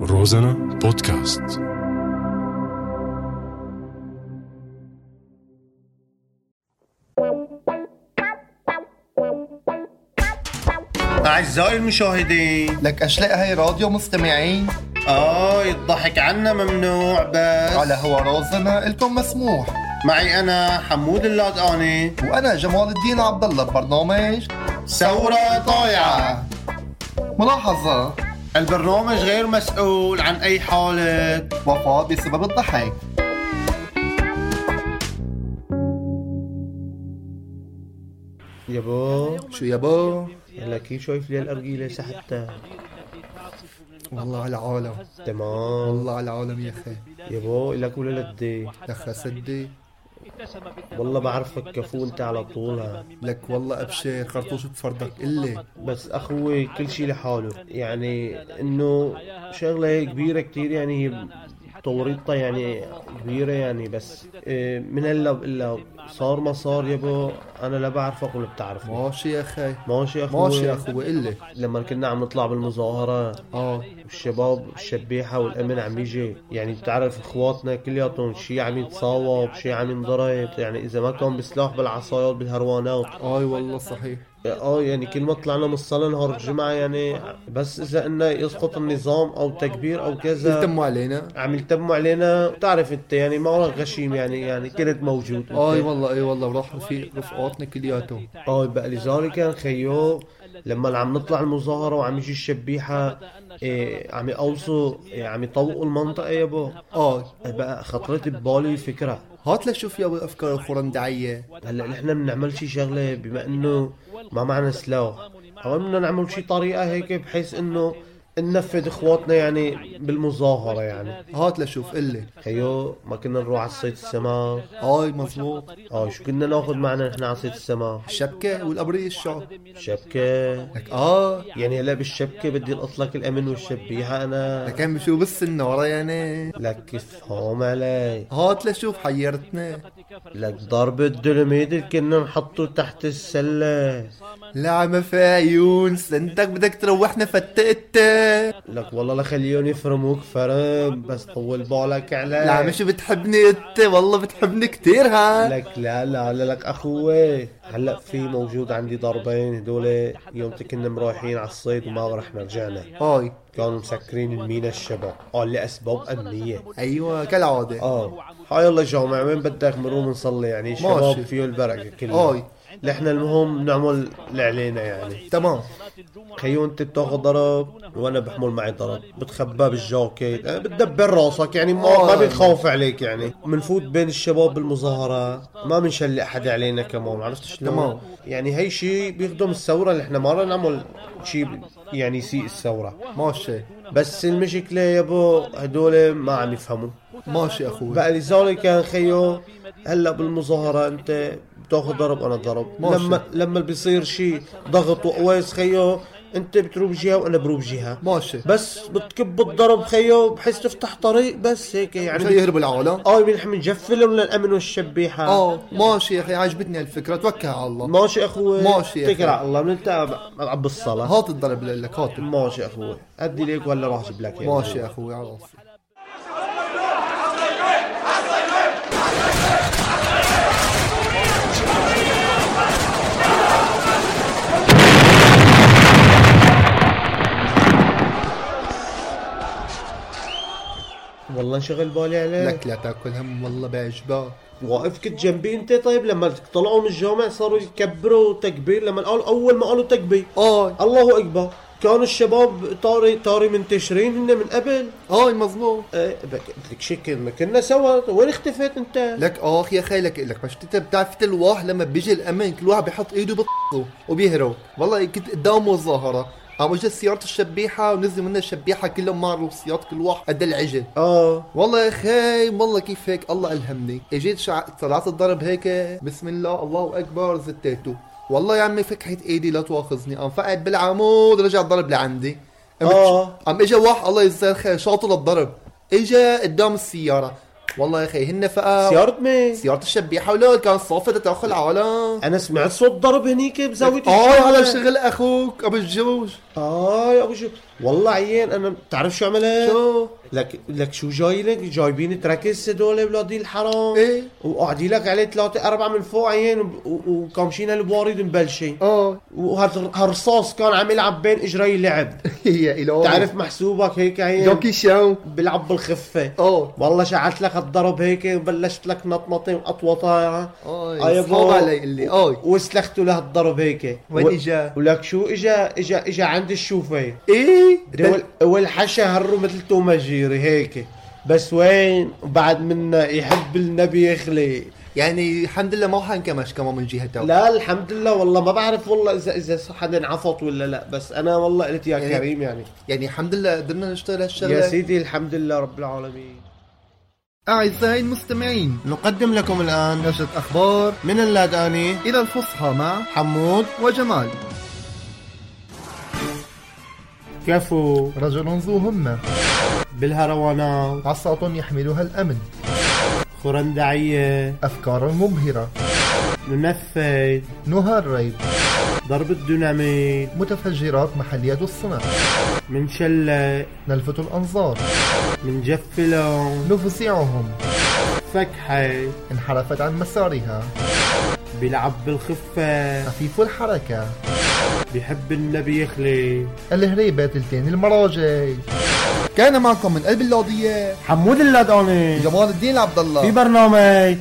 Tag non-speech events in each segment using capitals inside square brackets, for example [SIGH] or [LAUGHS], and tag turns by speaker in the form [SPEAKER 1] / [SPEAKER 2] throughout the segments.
[SPEAKER 1] روزانا بودكاست
[SPEAKER 2] أعزائي المشاهدين
[SPEAKER 3] لك أشلاء هاي راديو مستمعين
[SPEAKER 2] آه الضحك عنا ممنوع بس
[SPEAKER 3] على هو رازنا إلكم مسموح
[SPEAKER 2] معي أنا حمود اللادقاني
[SPEAKER 3] وأنا جمال الدين عبد الله ببرنامج
[SPEAKER 2] ثورة طايعة
[SPEAKER 3] ملاحظة
[SPEAKER 2] البرنامج غير مسؤول عن أي حالة
[SPEAKER 3] وفاة بسبب الضحك
[SPEAKER 2] يبا
[SPEAKER 3] شو يابا
[SPEAKER 2] هلا كيف شايف لي الأرجيلة سحبتها
[SPEAKER 3] والله على العالم
[SPEAKER 2] تمام
[SPEAKER 3] والله على العالم يا أخي
[SPEAKER 2] يبا إلك ولا لدي
[SPEAKER 3] لك سدي
[SPEAKER 2] والله بعرفك كفو أنت على طولها
[SPEAKER 3] لك والله أبشر خرطوش بفردك إلي
[SPEAKER 2] بس أخوي كل شي لحاله يعني إنه شغلة هي كبيرة كتير يعني هي توريطة يعني كبيرة يعني بس إيه، من هلا بقلا صار ما صار يابا أنا لا بعرفك ولا بتعرفني
[SPEAKER 3] ماشي يا أخي
[SPEAKER 2] ماشي أخوي
[SPEAKER 3] ماشي يا أخوي إلي
[SPEAKER 2] لما كنا عم نطلع بالمظاهرة
[SPEAKER 3] آه
[SPEAKER 2] الشباب الشبيحة والأمن عم يجي يعني بتعرف إخواتنا كلياتهم شي عم يتصاوب شي عم ينضرب يعني إذا ما كان بسلاح بالعصايات بالهروانات
[SPEAKER 3] آي والله صحيح
[SPEAKER 2] اه يعني كل ما طلعنا من الصلاة نهار الجمعة يعني بس إذا إنه يسقط النظام أو تكبير أو كذا
[SPEAKER 3] التموا علينا
[SPEAKER 2] عم يلتموا علينا بتعرف أنت يعني ما ورا غشيم يعني يعني كنت موجود
[SPEAKER 3] آي والله آي والله وراح رفيق رفقاتنا كلياتهم
[SPEAKER 2] اه بقى لذلك كان خيو لما عم نطلع المظاهرة وعم يجي الشبيحة إيه عم يقوصوا إيه عم يطوقوا المنطقة يابا
[SPEAKER 3] آي
[SPEAKER 2] بقى خطرت ببالي فكرة
[SPEAKER 3] هات لشوف يابا أفكار الخرندعية
[SPEAKER 2] هلا نحن بنعمل شي شغلة بما انه ما معنا سلاح أو بدنا نعمل شي طريقة هيك بحيث انه ننفذ اخواتنا يعني بالمظاهرة يعني
[SPEAKER 3] هات لشوف إلي
[SPEAKER 2] خيو ما كنا نروح على صيد السماء
[SPEAKER 3] آي مزبوط
[SPEAKER 2] اه شو كنا ناخذ معنا نحن على صيد السماء
[SPEAKER 3] الشبكة والقبرية الشعب
[SPEAKER 2] شبكة
[SPEAKER 3] لك اه
[SPEAKER 2] يعني هلا بالشبكة بدي القط لك الامن والشبيحة انا
[SPEAKER 3] لكن شو بس النورة يعني
[SPEAKER 2] لك تفهم علي
[SPEAKER 3] هات لشوف حيرتنا
[SPEAKER 2] لك ضرب الدلميت اللي كنا نحطه تحت السلة
[SPEAKER 3] لعمة في يونس انتك بدك تروحنا فتقت
[SPEAKER 2] لك والله لا خليهم يفرموك فرم بس طول بالك عليه
[SPEAKER 3] لعمة شو بتحبني انت والله بتحبني كتير ها
[SPEAKER 2] لك لا لا لا لك اخوي هلا في موجود عندي ضربين هدول يوم كنا مرايحين على الصيد وما رحنا رجعنا
[SPEAKER 3] هاي
[SPEAKER 2] كانوا مسكرين المينا الشباب قال لي اسباب امنيه
[SPEAKER 3] ايوه كالعادة
[SPEAKER 2] اه هاي الله جامع وين بدك نروح نصلي يعني الشباب
[SPEAKER 3] ماشي. آه.
[SPEAKER 2] فيه البركه كلها
[SPEAKER 3] هاي
[SPEAKER 2] نحن المهم نعمل اللي علينا يعني
[SPEAKER 3] تمام
[SPEAKER 2] خيو انت بتاخذ ضرب وانا بحمل معي ضرب بتخبى بالجاكيت يعني بتدبر راسك يعني ما, ما
[SPEAKER 3] آه.
[SPEAKER 2] بيتخوف عليك يعني منفوت بين الشباب بالمظاهره ما بنشلي احد علينا كمان عرفت شلون
[SPEAKER 3] تمام.
[SPEAKER 2] يعني هي شيء بيخدم الثوره اللي احنا ما بدنا نعمل شيء يعني يسيء الثوره
[SPEAKER 3] ماشي
[SPEAKER 2] بس المشكله يابو هدول ما عم يفهموا
[SPEAKER 3] ماشي اخوي
[SPEAKER 2] بقى لذلك كان خيو هلا بالمظاهره انت بتاخذ ضرب انا ضرب
[SPEAKER 3] ماشي.
[SPEAKER 2] لما لما بيصير شيء ضغط وقواس خيو انت بتروب جهه وانا بروب جهه
[SPEAKER 3] ماشي
[SPEAKER 2] بس بتكب الضرب خيو بحيث تفتح طريق بس هيك
[SPEAKER 3] مش
[SPEAKER 2] يعني
[SPEAKER 3] يهرب العالم
[SPEAKER 2] اه منح منجفل ولا الامن والشبيحه
[SPEAKER 3] اه ماشي يا اخي عجبتني هالفكرة توكل على الله
[SPEAKER 2] ماشي اخوي
[SPEAKER 3] ماشي يا أخوي.
[SPEAKER 2] تكر على الله بنلتقى ب- عب الصلاه
[SPEAKER 3] هات الضرب لك هاته
[SPEAKER 2] ماشي اخوي ادي ليك ولا راح اجيب لك إياه.
[SPEAKER 3] ماشي يا اخوي على راسي
[SPEAKER 2] والله انشغل بالي عليك
[SPEAKER 3] لك لا تاكل هم والله بعجبك
[SPEAKER 2] واقف كنت جنبي انت طيب لما طلعوا من الجامع صاروا يكبروا تكبير لما قالوا اول ما قالوا تكبير آه،
[SPEAKER 3] اي
[SPEAKER 2] الله اكبر كانوا الشباب طاري طاري منتشرين هن من قبل
[SPEAKER 3] اي مظلوم
[SPEAKER 2] اه بك- لك شكل ما كنا سوا وين اختفيت انت؟
[SPEAKER 3] لك اخ يا اخي لك لك مش انت بتعرف انت الواحد لما بيجي الامن كل واحد بيحط ايده بطه وبيهرب والله كنت قدام مظاهره عم اجت سيارة الشبيحة ونزل منها الشبيحة كلهم معروا سيارة كل واحد قد العجل
[SPEAKER 2] اه
[SPEAKER 3] والله يا اخي والله كيف هيك الله الهمني اجيت شع... طلعت الضرب هيك بسم الله الله اكبر زتيته والله يا عمي فكحت ايدي لا تواخذني قام فقعت بالعمود رجع الضرب لعندي قمت
[SPEAKER 2] آه.
[SPEAKER 3] عم اجى واحد الله يجزاه الخير شاطر الضرب اجى قدام السياره والله يا اخي هن فقا
[SPEAKER 2] سيارة مين؟
[SPEAKER 3] سيارة الشبيحة ولا كان صافي تدخل على
[SPEAKER 2] انا سمعت صوت ضرب هنيك بزاوية
[SPEAKER 3] اه
[SPEAKER 2] الشارع.
[SPEAKER 3] على شغل اخوك ابو الجوج
[SPEAKER 2] اه يا ابو شو والله عيان انا بتعرف شو عملت؟
[SPEAKER 3] شو
[SPEAKER 2] لك لك شو جاي لك؟ جايبين تراكس هدول بلادي الحرام
[SPEAKER 3] ايه
[SPEAKER 2] وقاعدين لك عليه ثلاثة أربعة من فوق عيان وب- و- وكامشين البواريد مبلشين
[SPEAKER 3] اه
[SPEAKER 2] وهالرصاص كان عم يلعب بين إجري اللعب
[SPEAKER 3] [LAUGHS] يا الهي
[SPEAKER 2] تعرف محسوبك هيك عيان
[SPEAKER 3] دوكي شاو
[SPEAKER 2] بيلعب بالخفة
[SPEAKER 3] اه
[SPEAKER 2] والله شعلت لك الضرب هيك وبلشت لك نطنطين وأطوطة
[SPEAKER 3] اه
[SPEAKER 2] آي
[SPEAKER 3] صعب
[SPEAKER 2] بو.
[SPEAKER 3] علي اللي اه
[SPEAKER 2] وسلخته له الضرب هيك
[SPEAKER 3] وين
[SPEAKER 2] و-
[SPEAKER 3] إجا؟
[SPEAKER 2] ولك شو اجا اجا اجا عند الشوفة
[SPEAKER 3] ايه
[SPEAKER 2] دول- والحشا هروا مثل توما جيري هيك بس وين بعد منا يحب النبي يخلي
[SPEAKER 3] يعني الحمد لله ما حنكمش كمان من جهته
[SPEAKER 2] لا الحمد لله والله ما بعرف والله اذا اذا حدا انعفط ولا لا بس انا والله قلت يا
[SPEAKER 3] يعني-
[SPEAKER 2] كريم يعني
[SPEAKER 3] يعني الحمد لله قدرنا نشتغل هالشغله
[SPEAKER 2] يا سيدي الحمد لله رب العالمين
[SPEAKER 3] أعزائي المستمعين
[SPEAKER 2] نقدم لكم الان
[SPEAKER 3] نشرة أخبار
[SPEAKER 2] من اللاداني
[SPEAKER 3] إلى الفصحى مع
[SPEAKER 2] حمود
[SPEAKER 3] وجمال
[SPEAKER 2] كفو
[SPEAKER 3] رجل ذو همة
[SPEAKER 2] بالهروانات
[SPEAKER 3] عصا يحملها الأمن
[SPEAKER 2] خرندعية
[SPEAKER 3] أفكار مبهرة
[SPEAKER 2] ننفذ
[SPEAKER 3] نهار ريب
[SPEAKER 2] ضرب الديناميت
[SPEAKER 3] متفجرات محلية الصنع
[SPEAKER 2] منشلق
[SPEAKER 3] نلفت الأنظار
[SPEAKER 2] منجفلهم
[SPEAKER 3] نفزعهم
[SPEAKER 2] فكحة
[SPEAKER 3] انحرفت عن مسارها
[SPEAKER 2] بيلعب بالخفة
[SPEAKER 3] خفيف الحركة
[SPEAKER 2] بيحب النبي يخلي
[SPEAKER 3] الهريبة تلتين المراجل كان معكم من قلب اللوضية
[SPEAKER 2] حمود اللاداني
[SPEAKER 3] جمال الدين عبد الله
[SPEAKER 2] برنامج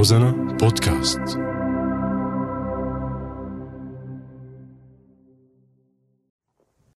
[SPEAKER 1] Розана подкаст.